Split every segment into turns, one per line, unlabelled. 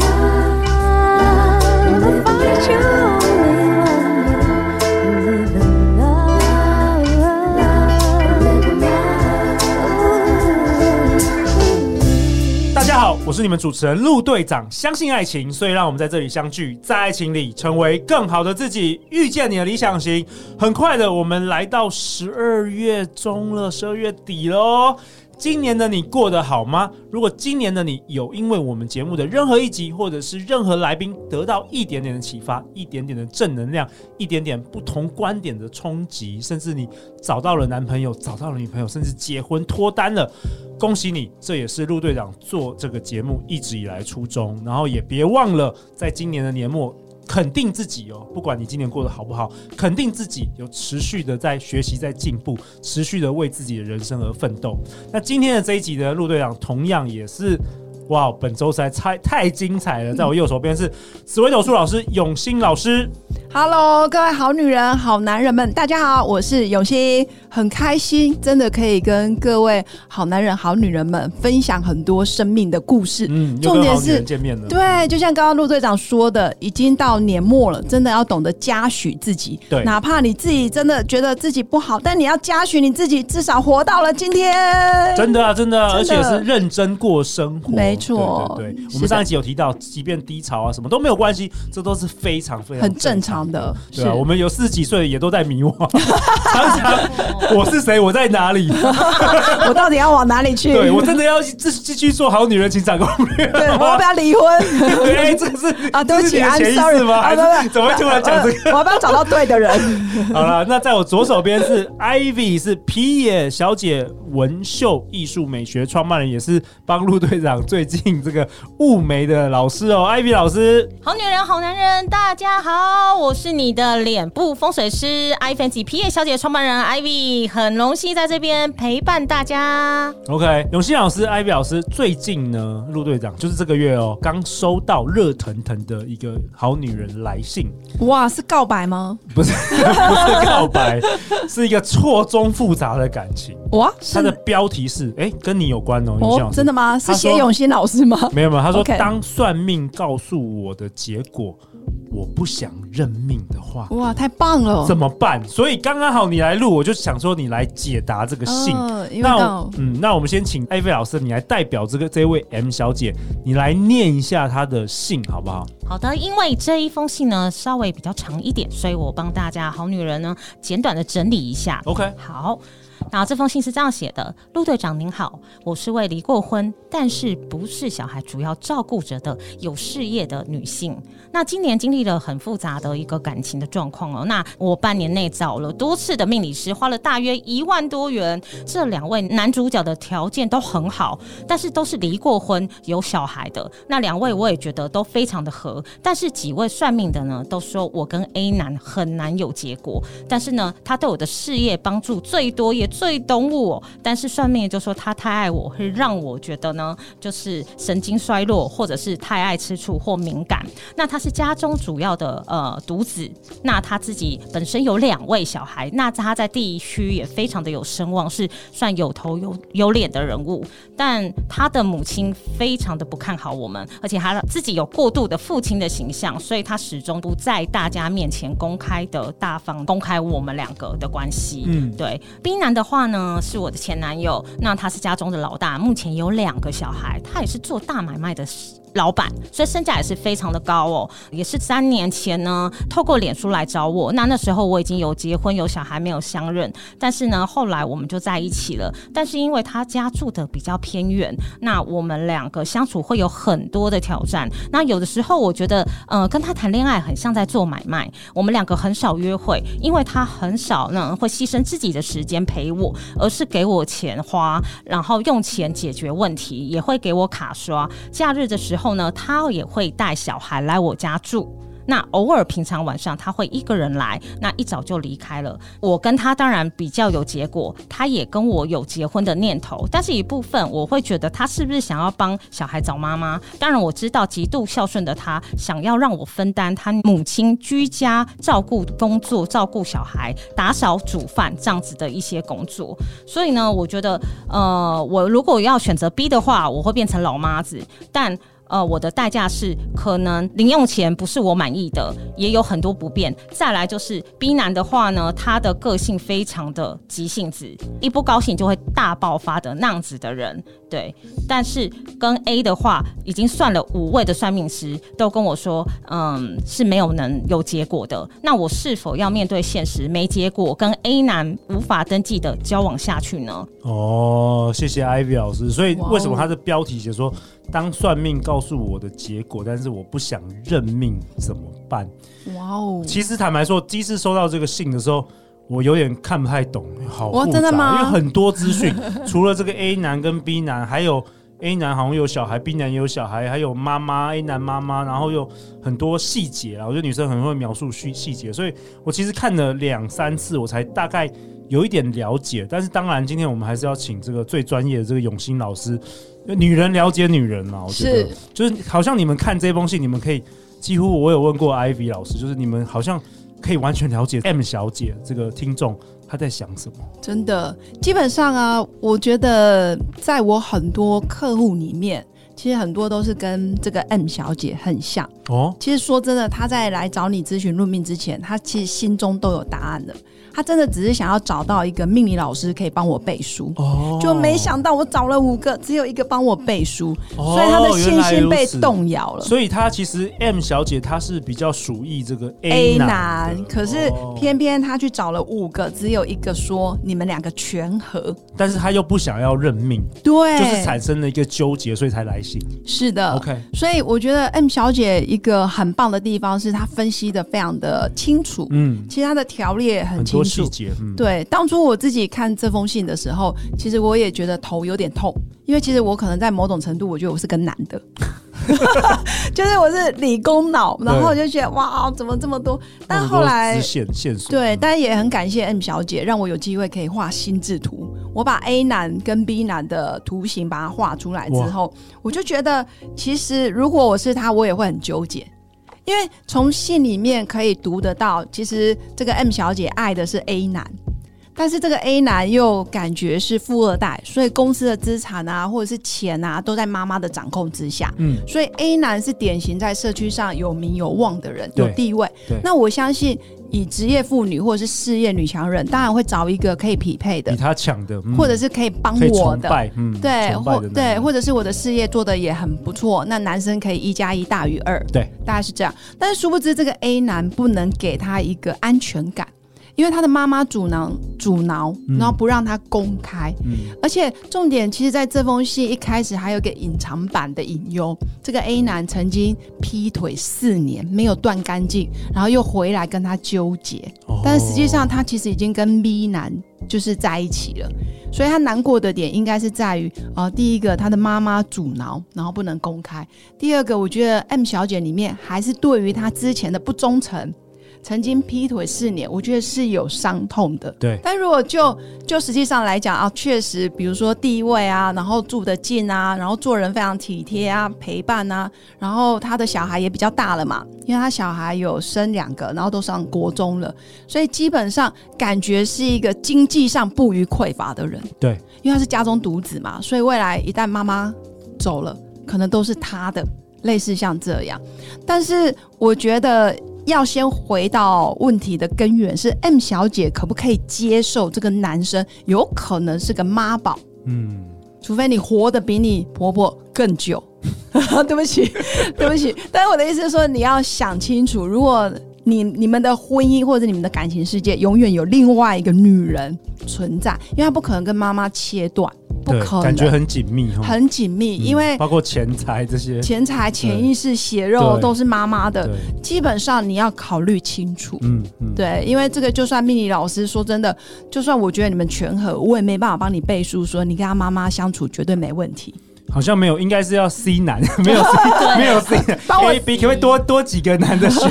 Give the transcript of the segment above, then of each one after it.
Love will find you only one. You live in love, live in love.
大家好，我是你们主持人陆队长。相信爱情，所以让我们在这里相聚，在爱情里成为更好的自己，遇见你的理想型。很快的，我们来到十二月中了，十二月底喽。今年的你过得好吗？如果今年的你有因为我们节目的任何一集，或者是任何来宾得到一点点的启发，一点点的正能量，一点点不同观点的冲击，甚至你找到了男朋友，找到了女朋友，甚至结婚脱单了，恭喜你！这也是陆队长做这个节目一直以来初衷。然后也别忘了，在今年的年末。肯定自己哦，不管你今年过得好不好，肯定自己有持续的在学习、在进步，持续的为自己的人生而奋斗。那今天的这一集呢，陆队长同样也是，哇，本周实在太太精彩了。在我右手边是紫薇斗数老师永兴老师，
Hello，各位好女人、好男人们，大家好，我是永新，很开心，真的可以跟各位好男人、好女人们分享很多生命的故事。
嗯，又跟
重点
好女人
是。
见面了，
对，就像刚刚陆队长说的，已经到年末了，真的要懂得嘉许自己。
对
哪怕你自己真的觉得自己不好，但你要嘉许你自己，至少活到了今天。
真的啊，真的啊，而且
真
是
的
认真过生活，
没错
对对对
是
我们
的
上一集有提到，即便低潮啊，什么都没有关系，这都是非常非常
很正常的，
对啊，我们有四十几岁的也都在迷惘，常常我是谁，我在哪里？
我到底要往哪里去？
对我真的要继继续做好女人情场攻略吗。
对我要不要离婚？
对， 哎，这个是
啊，对不起
这是你的潜
，I'm
意
sorry，
识吗？
啊，
还
不
是
不，
怎么会突然讲这个？
我要不要找到对的人？
好了，那在我左手边是 Ivy，是皮野小姐纹绣艺术美学创办人，也是帮陆队长最近这个雾眉的老师哦，Ivy 老师。
好女人，好男人，大家好，我是你的脸部风水师 i fancy P A 小姐创办人 Ivy，很荣幸在这边陪伴大家。
OK，永新老师、Ivy 老师最近呢，陆队长就是这个月哦，刚收到热腾腾的一个好女人来信，
哇，是告白吗？
不 是不是告白，是一个错综复杂的感情。
哇，
它的标题是哎、跟你有关哦，永新老
哦，
师
真的吗？是
他说
写永新老师吗？
没有没有，他说
OK
当算命告诉我的结果，我不想认命的话。
哇，太棒了！
怎
么
么办？所以刚刚好你来录，我就想说你来解答这个信。
哦因为刚好
我嗯，那我们先请艾菲老师，你来代表这个这位 M 小姐，你来念一下她的信好不好？
好的，因为这一封信呢稍微比较长一点，所以我帮大家好女人呢简短的整理一下。
OK
好，那这封信是这样写的：陆队长您好，我是位离过婚，但是不是小孩主要照顾者的有事业的女性。那今年经历了很复杂的一个感情的状况哦。那我半年内找了多次的命理师，花了大约一万多元。这两位男主角的条件都很好，但是都是离过婚、有小孩的。那两位我也觉得都非常的合，但是几位算命的呢，都说我跟 A 男很难有结果。但是呢，他对我的事业帮助最多，也最懂我。但是算命的就说他太爱我，会让我觉得呢，就是神经衰弱，或者是太爱吃醋或敏感。那他是家中主要的呃独子，那他自己本身有两位小孩，那他在地区也非常的有声望，是算有头有有脸的人物。但他的母亲非常的不看好我们，而且他自己有过度的父亲的形象，所以他始终不在大家面前公开的大方公开我们两个的关系。
嗯
嗯，对。冰男的话呢，是我的前男友，那他是家中的老大，目前有两个小孩，他也是做大买卖的。老板，所以身价也是非常的高哦，也是三年前呢，透过脸书来找我。那那时候我已经有结婚有小孩，没有相认，但是呢，后来我们就在一起了。但是因为他家住的比较偏远，那我们两个相处会有很多的挑战。那有的时候我觉得，呃，跟他谈恋爱很像在做买卖，我们两个很少约会，因为他很少呢会牺牲自己的时间陪我，而是给我钱花，然后用钱解决问题，也会给我卡刷。假日的时候呢，他也会带小孩来我家住。那偶尔平常晚上他会一个人来，那一早就离开了。我跟他当然比较有结果，他也跟我有结婚的念头，但是一部分我会觉得他是不是想要帮小孩找妈妈？当然我知道极度孝顺的他，想要让我分担他母亲居家照顾工作、照顾小孩、打扫、煮饭这样子的一些工作。所以呢，我觉得，呃，我如果要选择 B 的话，我会变成老妈子，但。呃，我的代价是可能零用钱不是我满意的，也有很多不便。再来就是 B 男的话呢，他的个性非常的急性子，一不高兴就会大爆发的那样子的人，对。但是跟 A 的话，已经算了五位的算命师都跟我说，嗯，是没有能有结果的。那我是否要面对现实没结果，跟 A 男无法登记的交往下去呢？
哦，谢谢 Ivy 老师。所以
哇哦
为什么他的标题写说“当算命告诉我的结果，但是我不想认命怎么办
哇哦”？！
其实坦白说，第一次收到这个信的时候，我有点看不太懂，好复
哇
杂，
真的吗
因为很多资 讯，除了这个 A 男跟 B 男，还有 A 男好像有小孩，B 男也有小孩，还有妈妈 A 男妈妈，然后有很多细节啊。我觉得女生很会描述细细节，所以我其实看了两三次，我才大概有一点了解。但是当然，今天我们还是要请这个最专业的这个永兴老师，女人了解女人嘛，我觉得
是
就是好像你们看这封信，你们可以几乎我有问过 Ivy 老师，就是你们好像可以完全了解 M 小姐这个听众她在想什么。
真的，基本上啊，我觉得在我很多客户里面，其实很多都是跟这个 M 小姐很像。
哦，
其实说真的，她在来找你咨询论命之前，她其实心中都有答案的。她真的只是想要找到一个命理老师可以帮我背书。
哦
就没想到我找了五个，只有一个帮我背书，所以她的信心被
哦原来如
动摇了
此。。所以她其实 M 小姐她是比较属意这个
A
男的
男，可是
哦
偏偏她去找了五个，只有一个说你们两个全合，
但是她又不想要认命，
对，
就是产生了一个纠结，所以才来信。
是的
OK，
所以我觉得 M 小姐一个很棒的地方是她分析的非常的清楚，
嗯，
其实她的条例也很
很
清
多细
楚。
节，嗯，
对，当初我自己看这封信的时候，其实我也觉得头有点痛，因为其实我可能在某种程度，我觉得我是个男 的，就是我是理工脑，然后我就觉得哇，怎么这么多？但
很
后
多
来
支线线索，
对，
嗯
但也很感谢 M 小姐，让我有机会可以画心智图。我把 A 男跟 B 男的图形把它画出来之后，我就觉得，其实如果我是他，我也会很纠结，因为从信里面可以读得到，其实这个 M 小姐爱的是 A 男。但是这个 A 男又感觉是富二代，所以公司的资产啊，或者是钱啊，都在妈妈的掌控之下。
嗯
所以 A 男是典型在社区上有名有望的人，
对
有地位
对。
那我相信，以职业妇女或者是事业女强人，当然会找一个可以匹配的
比，她强的，嗯
或者是可以帮
可以
我
崇
的。
拜，嗯，
对，
崇拜
或
的男
对，
人
或者是我的事业做的也很不错，那男生可以一加一大于二，
对，
大概是这样。但是殊不知，这个 A 男不能给他一个安全感，因为他的妈妈阻挠阻挠，
嗯
然后不让他公开，
嗯，
而且重点，其实在这封信一开始还有个隐藏版的隐忧，这个 A 男曾经劈腿四年，没有断干净，然后又回来跟他纠结，
哦
但实际上他其实已经跟 B 男就是在一起了，所以他难过的点应该是在于，呃，第一个他的妈妈阻挠，然后不能公开；第二个，我觉得 M 小姐里面还是对于他之前的不忠诚。曾经劈腿四年，我觉得是有伤痛的。
对
但如果就就实际上来讲啊，确实，比如说地位啊，然后住得近啊，然后做人非常体贴啊，陪伴啊，然后他的小孩也比较大了嘛，因为他小孩有生两个，然后都上国中了，所以基本上感觉是一个经济上不予匮乏的人。
对，
因为他是家中独子嘛，所以未来一旦妈妈走了，可能都是他的，类似像这样。但是我觉得要先回到问题的根源是，M 小姐可不可以接受这个男生有可能是个妈宝？
嗯，
除非你活得比你婆婆更久。 对不起， 对不起。但是我的意思是说，你要想清楚，如果你你们的婚姻或者你们的感情世界永远有另外一个女人存在，因为她不可能跟妈妈切断，不
对
可能，
感觉很紧密哈，
很紧密，
嗯
因为
包括钱财这些，
钱财、潜意识、血肉
对
都是妈妈的，
对，
基本上你要考虑清楚。
嗯嗯，
对，因为这个就算命理老师说真的， 就算我觉得你们全合，我也没办法帮你背书，说你跟他妈妈相处绝对没问题。
好像没有，应该是要 C 男， 没有
对？
C，没有 C 男
帮我
，A B 可不可以多多几个男的选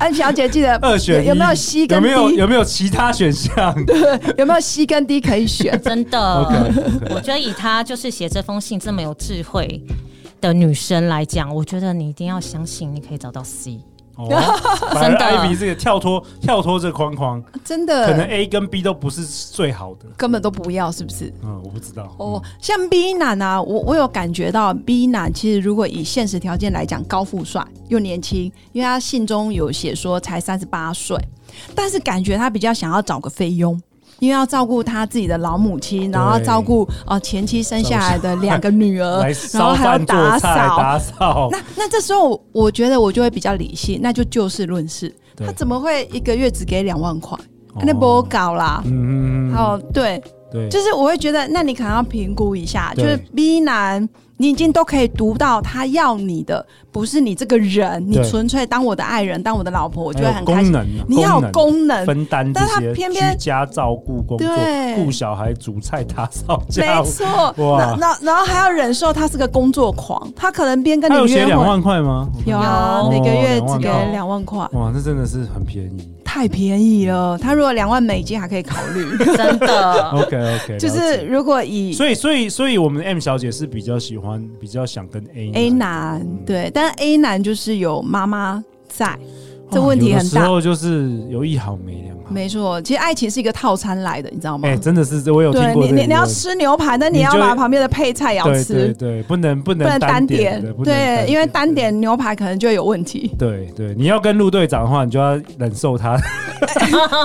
安小姐记得
二选一？
有有没 有 C
有
跟 D？
没有有没有其他选项？
有没有 C 跟 D 可 以选
真的
OK，OK
我觉得以她就是写这封信这么有智慧的女生来讲，我觉得你一定要相信，你可以找到 C。
哦，反
真
而
的
艾比这个跳脱跳脱这个框框，
真
可能
的
A 跟 B 都不是最好的。
根本都不要，是不是？
嗯，我不知道。
哦，像 B 男啊，我我有感觉到 B 男其实如果以现实条件来讲，高富帅又年轻，因为他信中有写说才三十八岁，但是感觉他比较想要找个菲佣。因为要照顾他自己的老母亲，然后
对
照顾呃前妻生下来的两个女
嗯
儿
来，
然
烧
后还要
饭做
打
菜、
扫，
打扫，
那那这时候我，我觉得我就会比较理性，那就就事论事。
对
他怎么会一个月只给两万块？
哦
那不搞啦。
嗯，
哦，对，
对，
就是我会觉得，那你可能要评估一下，就
对
是 B 男，你已经都可以读到他要你的，不是你这个人，你
对
纯粹当我的爱人，当我的老婆，我
我
就会很开心。你要有功能，
分担这
但他
些
偏偏
居家照顾工作、
对
顾小孩、煮菜、打扫家
没
务。
错。
哇
那那然后还要忍受他是个工作狂，他可能边跟
他有
你
写
约
两
会，
万块吗？
有啊，
有
每个月
哦
只给
两万
块
两万块。
哇，那真的是很便宜。
太便宜了，他如果两万美金还可以考虑，
真的，
OK OK，
就是如果以
所以所以所以我们的 M 小姐是比较喜欢，比较想跟 A
A 男对，但 A 男就是有妈妈在，这问题很大
哦有的时候就是有一好没两好。
没错，其实爱情是一个套餐来的，你知道吗？
哦哎，真的是我有听
对
过
你
这个理论。
你你要吃牛排，但你
你
要
就
把旁边的配菜也要
对
吃，
对对，不能不
不
能
能单
点
点，，
不能
对，因为单
对
点牛排可能就有问题。
对对，你要跟陆队长的话，你就要忍受 他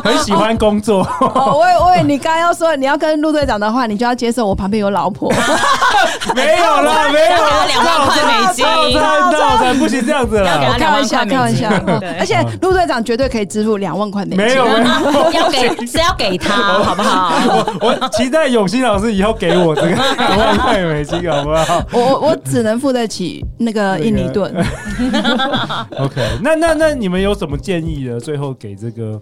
很喜欢工作，
哦，我以我以为你刚刚要说你要跟陆队长的话，你就要接受我旁边有老 婆，哦
没有啦，没有啦，
两万块美金
套餐套餐不行这样子
要给
啦，
他
开
两
玩
万
笑
块
开玩
美
笑
金，。
嗯
对
而且陆队长绝对可以支付两万块美金，
哦没有没有，
要 给是要给
哦
他，好不好？
我我期待永新老师以后给我 这个两万块美金，好不好
我我我只能付得起那个印尼盾。
？OK，那那那你们有什么建议的？最后给这个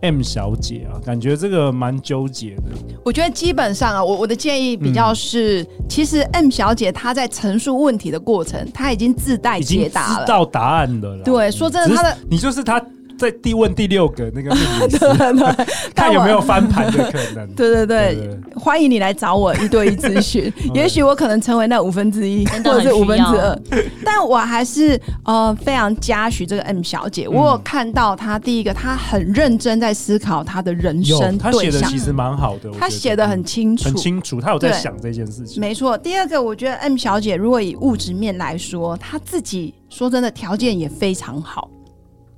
M 小姐啊，感觉这个蛮纠结的。
我觉得基本上啊，我我的建议比较是，
嗯
其实 M 小姐她在陈述问题的过程，她已经自带
已经
解
知
答了。
道答案了啦。
对说真的
只是
他的
你就是他在第问第六个那个命理师，
对
看有没？有
但我
翻盘的可能。
对对
对对嗯
对，欢迎你来找我一对一咨 询，也许我可能成为那五分之一
真的
或者
很
是五分
需
之
要
二，但我还是呃非常嘉许这个 M 小姐。
嗯
我有看到她第一个，她很认真在思考她的人
有
生
他
对
写的
象
其，实蛮好的，我觉
她
得
写的很清楚，
很清楚，他有在
对
想这件事情。
没错，第二个，我觉得 M 小姐如果以物质面来说，她自己说真的条件也非常好，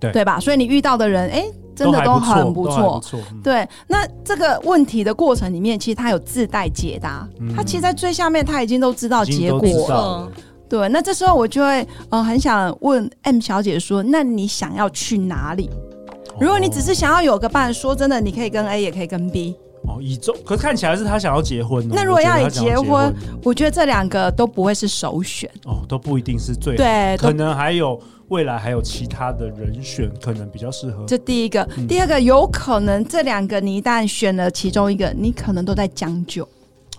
对
吧？所以你遇到的人，哎、真的都
都还
很
不
不
错，都还不。
错
错。嗯
对，那这个问题的过程里面，其实她有自带解答，
嗯
她其实，在最下面她已经都知道
已经
结
都
果
知
了。
道了
对，那这时候我就会呃很想问 M 小姐说，那你想要去哪里？
哦
如果你只是想要有个伴，说真的，你可以跟 A，也可以跟 B。
哦，以中，可是看起来是他想要结婚哦。
那如
我
果
觉得
要
他
你
想要
结
结
婚，我觉得这两个都不会是首选，
哦，都不一定是最好，
对，都
可能还有未来还有其他的人选，可能比较适合。
这第一个
嗯，
第二个有可能这两个你一旦选了其中一个，你可能都在将就，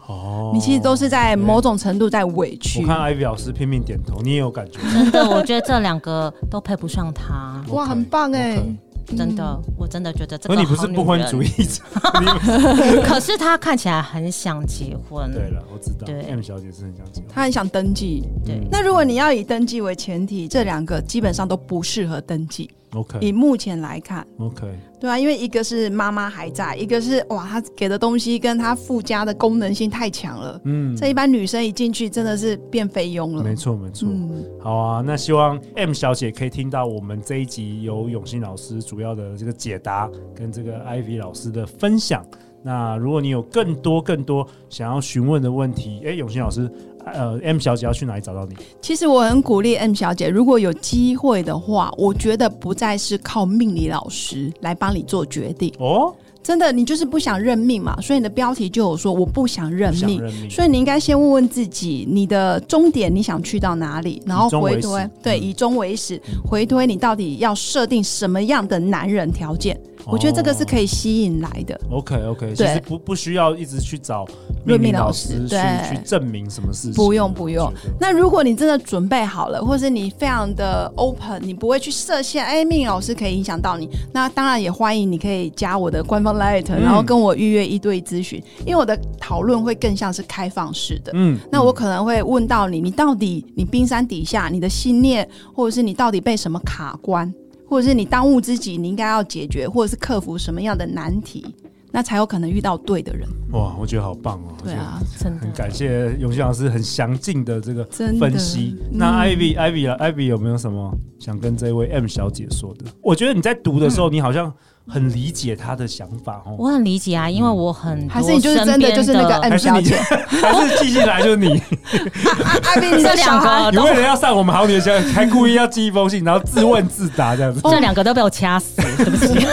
哦，
你其实都是在
对
某种程度在委屈
我。看艾比老师拼命点头，你也有感觉。
真的，我觉得这两个都配不上他，
哇，
OK，
很棒哎
OK！
真的，我真的觉得这
可嗯
个。
你不是不婚主
义，
义 者，你不是
可是他看起来很想结婚。
对了，我知道
对
，M 小姐是很想结婚。
他很想登记。
对
嗯
那如果你要以登记为前提，这两个基本上都不适合登记。以
OK
目前来看，
OK，
对啊，因为一个是妈妈还在，一个是哇，他给的东西跟他附加的功能性太强了。
嗯，
这一般女生一进去真的是变菲佣了。
没错没错。
嗯，
好啊，那希望 M 小姐可以听到我们这一集由永信老师主要的这个解答跟这个 Ivy 老师的分享。那如果你有更多更多想要询问的问题，哎、永信老师，呃，M 小姐要去哪里找到你？
其实我很鼓励 M 小姐，如果有机会的话，我觉得不再是靠命理老师来帮你做决定。
哦，
真的，你就是不想认命嘛，所以你的标题就有说我不想认
不想
命。
认命，
所以你应该先问问自己，你的终点你想去到哪里，然后
以终为
回推
始，
对，
嗯
以终为始，回推你到底要设定什么样的男人条件，
哦
我觉得这个是可以吸引来的。
OK OK，其实哦
对
不不需要一直去找
论
命
命
理
老
师
师
去
对
去证明什么事情，
不用不用
我觉得
那如果你真的准备好了，或是你非常的 open，你不会去设限，哎，命理老师可以影响到你。那当然也欢迎你可以加我的官方 light，、
嗯
然后跟我预约一对一咨询，因为我的讨论会更像是开放式的。
嗯，
那我可能会问到你，你到底你冰山底下你的信念，或者是你到底被什么卡关，或者是你当务之急你应该要解决，或者是克服什么样的难题，那才有可能遇到对的人。
哇，我觉得好棒哦，我
对
觉得
啊，
真
很
的。
感谢永新老师很详尽的这个
真的
分析。
嗯
那 Ivy、Ivy 啊，Ivy 有没有什么想跟这位 M 小姐说的？我觉得你在读的时候，你好像很理解她的想法哦，
我很理解啊，因为我很
还是你就是真的就是那个哎 M
还是你
小姐，
还是记进来就是你？
艾比，你啊
这
的
两
小孩
个
你
都
为了要上我们好女的节目，还故意要寄一封信，然后自问自答这样子。
哦
这两个都被我掐死，对不起。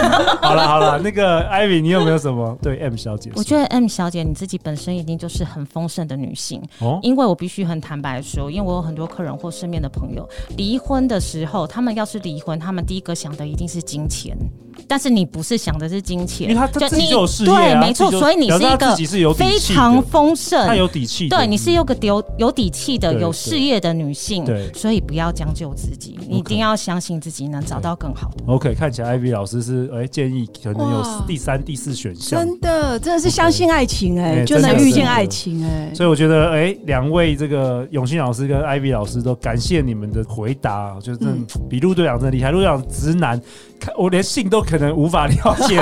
好了好了，那个 Ivy，你有没有什么对 M 小姐说？
我觉得 M 小姐你自己本身一定就是很丰盛的女性，
哦，
因为我必须很坦白说，因为我有很多客人或身边的朋友离婚的时候，他们要是离婚，他们第一个想的一定是金钱，但是你不是想的是金
因
钱，
为她她自己
你
就有事业啊
对，没错，
自己就
所以你
表
是
示
一
她自
个
己是有底
非
气的
常丰盛，
她有底气的，
对，你是有个有有底气的、
对
有
对
事业的女性
对，
所以不要将就自己，你一
OK
定要相信自己能找到更好的。
OK，看起来 Ivy 老师是哎、建议可能有
哇
第三、第四选项，
真的真的是相信爱情哎、
哎
就能
真的
遇见爱情哎、
所以我觉得，哎、两位这个永信老师跟 Ivy 老师都感谢你们的回答，就是真的
嗯
比陆队长真的厉害。陆队长直男，看我连性都可能无法了解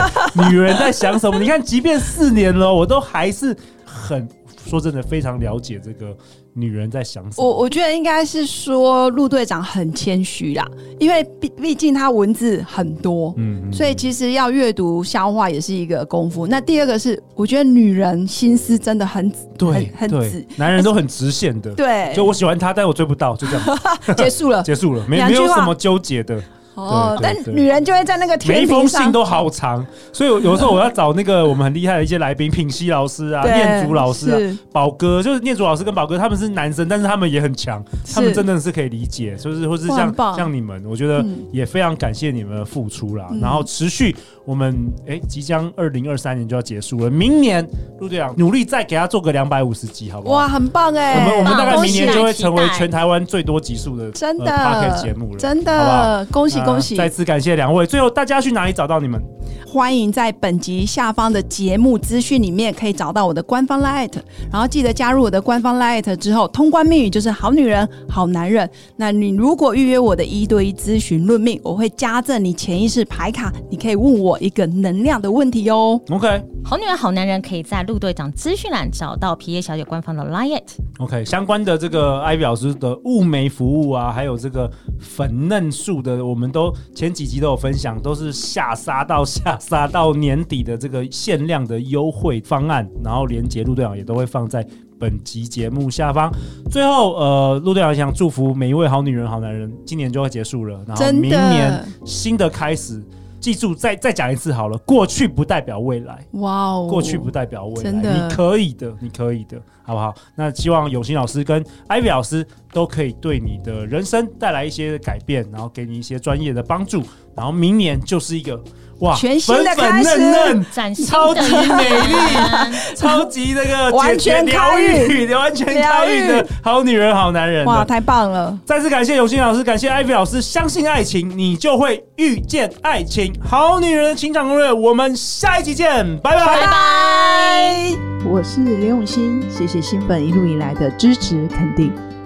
女人在想什么。你看，即便四年了，我都还是很说真的非常了解这个女人在想什
我
么。
我觉得应该是说陆队长很谦虚啦，因为毕毕竟他文字很多，
嗯
所以其实要阅读消化也是一个功夫。那第二个是，我觉得女人心思真的很
对
很很
对
直，
男人都很直线的。
对，
就我喜欢他，但我追不到，就这 样
结 束了
结束了，没
两
没
句
有
话
什么纠结的。
哦。
对
但
对对
女人就会在那个
每一
天
封
平
信
上，
都好长，所以有有时候我要找那个我们很厉害的一些来宾，品熙老师啊、
对
念祖老师啊、
是
宝哥，就是念祖老师跟宝哥，他们是男生，但是他们也很强，
是
他们真的是可以理解，就是或是
哇
像
很棒
像你们，我觉得
嗯
也非常感谢你们的付出啦。
嗯
然后持续，我们哎、即将二零二三年就要结束了，明年陆队长努力再给他做个两百五十集，好不好？
哇，很棒哎、
我们我们大概
恭
明
喜
年就会成为
期待
全台湾最多集数的
真的、
呃 podcast 节目了，
真
好不好
的恭喜恭喜！
呃再次感谢两位。最后，大家去哪里找到你们？
欢迎在本集下方的节目资讯里面可以找到我的官方 Light，然后记得加入我的官方 Light 之后，通关密语就是好女人、好男人。那你如果预约我的一对一咨询论命，我会加赠你潜意识牌卡，你可以问我一个能量的问题哦。
OK
好女人、好男人可以在陆队长资讯栏找到皮耶小姐官方的 Liet。
OK，相关的这个 Ivy 老师的雾眉服务啊，还有这个粉嫩素的，我们都前几集都有分享，都是下杀到下杀到年底的这个限量的优惠方案，然后连接陆队长也都会放在。本集节目下方，最后呃，陆队长想祝福每一位好女人、好男人，今年就要结束了，然后
真的
明年新的开始，记住再再讲一次好了，过去不代表未来，
哇哦，
过去不代表未来，
真的
你可以的，你可以的，好不好？那希望永新老师跟艾比老师都可以对你的人生带来一些改变，然后给你一些专业的帮助，然后明年就是一个哇，
全新的
粉粉
开始
嫩嫩。
崭新
嗯
的
超级美丽
一年，
超级那 个
完全
解决疗愈、 完全
疗
疗
愈
愈的好女人、好男人的。
哇，太棒了！
再次感谢永新老师，感谢艾比老师。相信爱情，你就会遇见爱情。好女人的情场攻略，我们下一集见，拜拜
拜拜。
我是刘永新，谢谢新粉一路以来的支持肯定。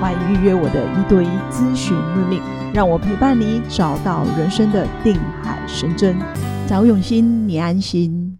欢迎预约我的一对一咨询论命，让我陪伴你找到人生的定海神针。找永新，你安心。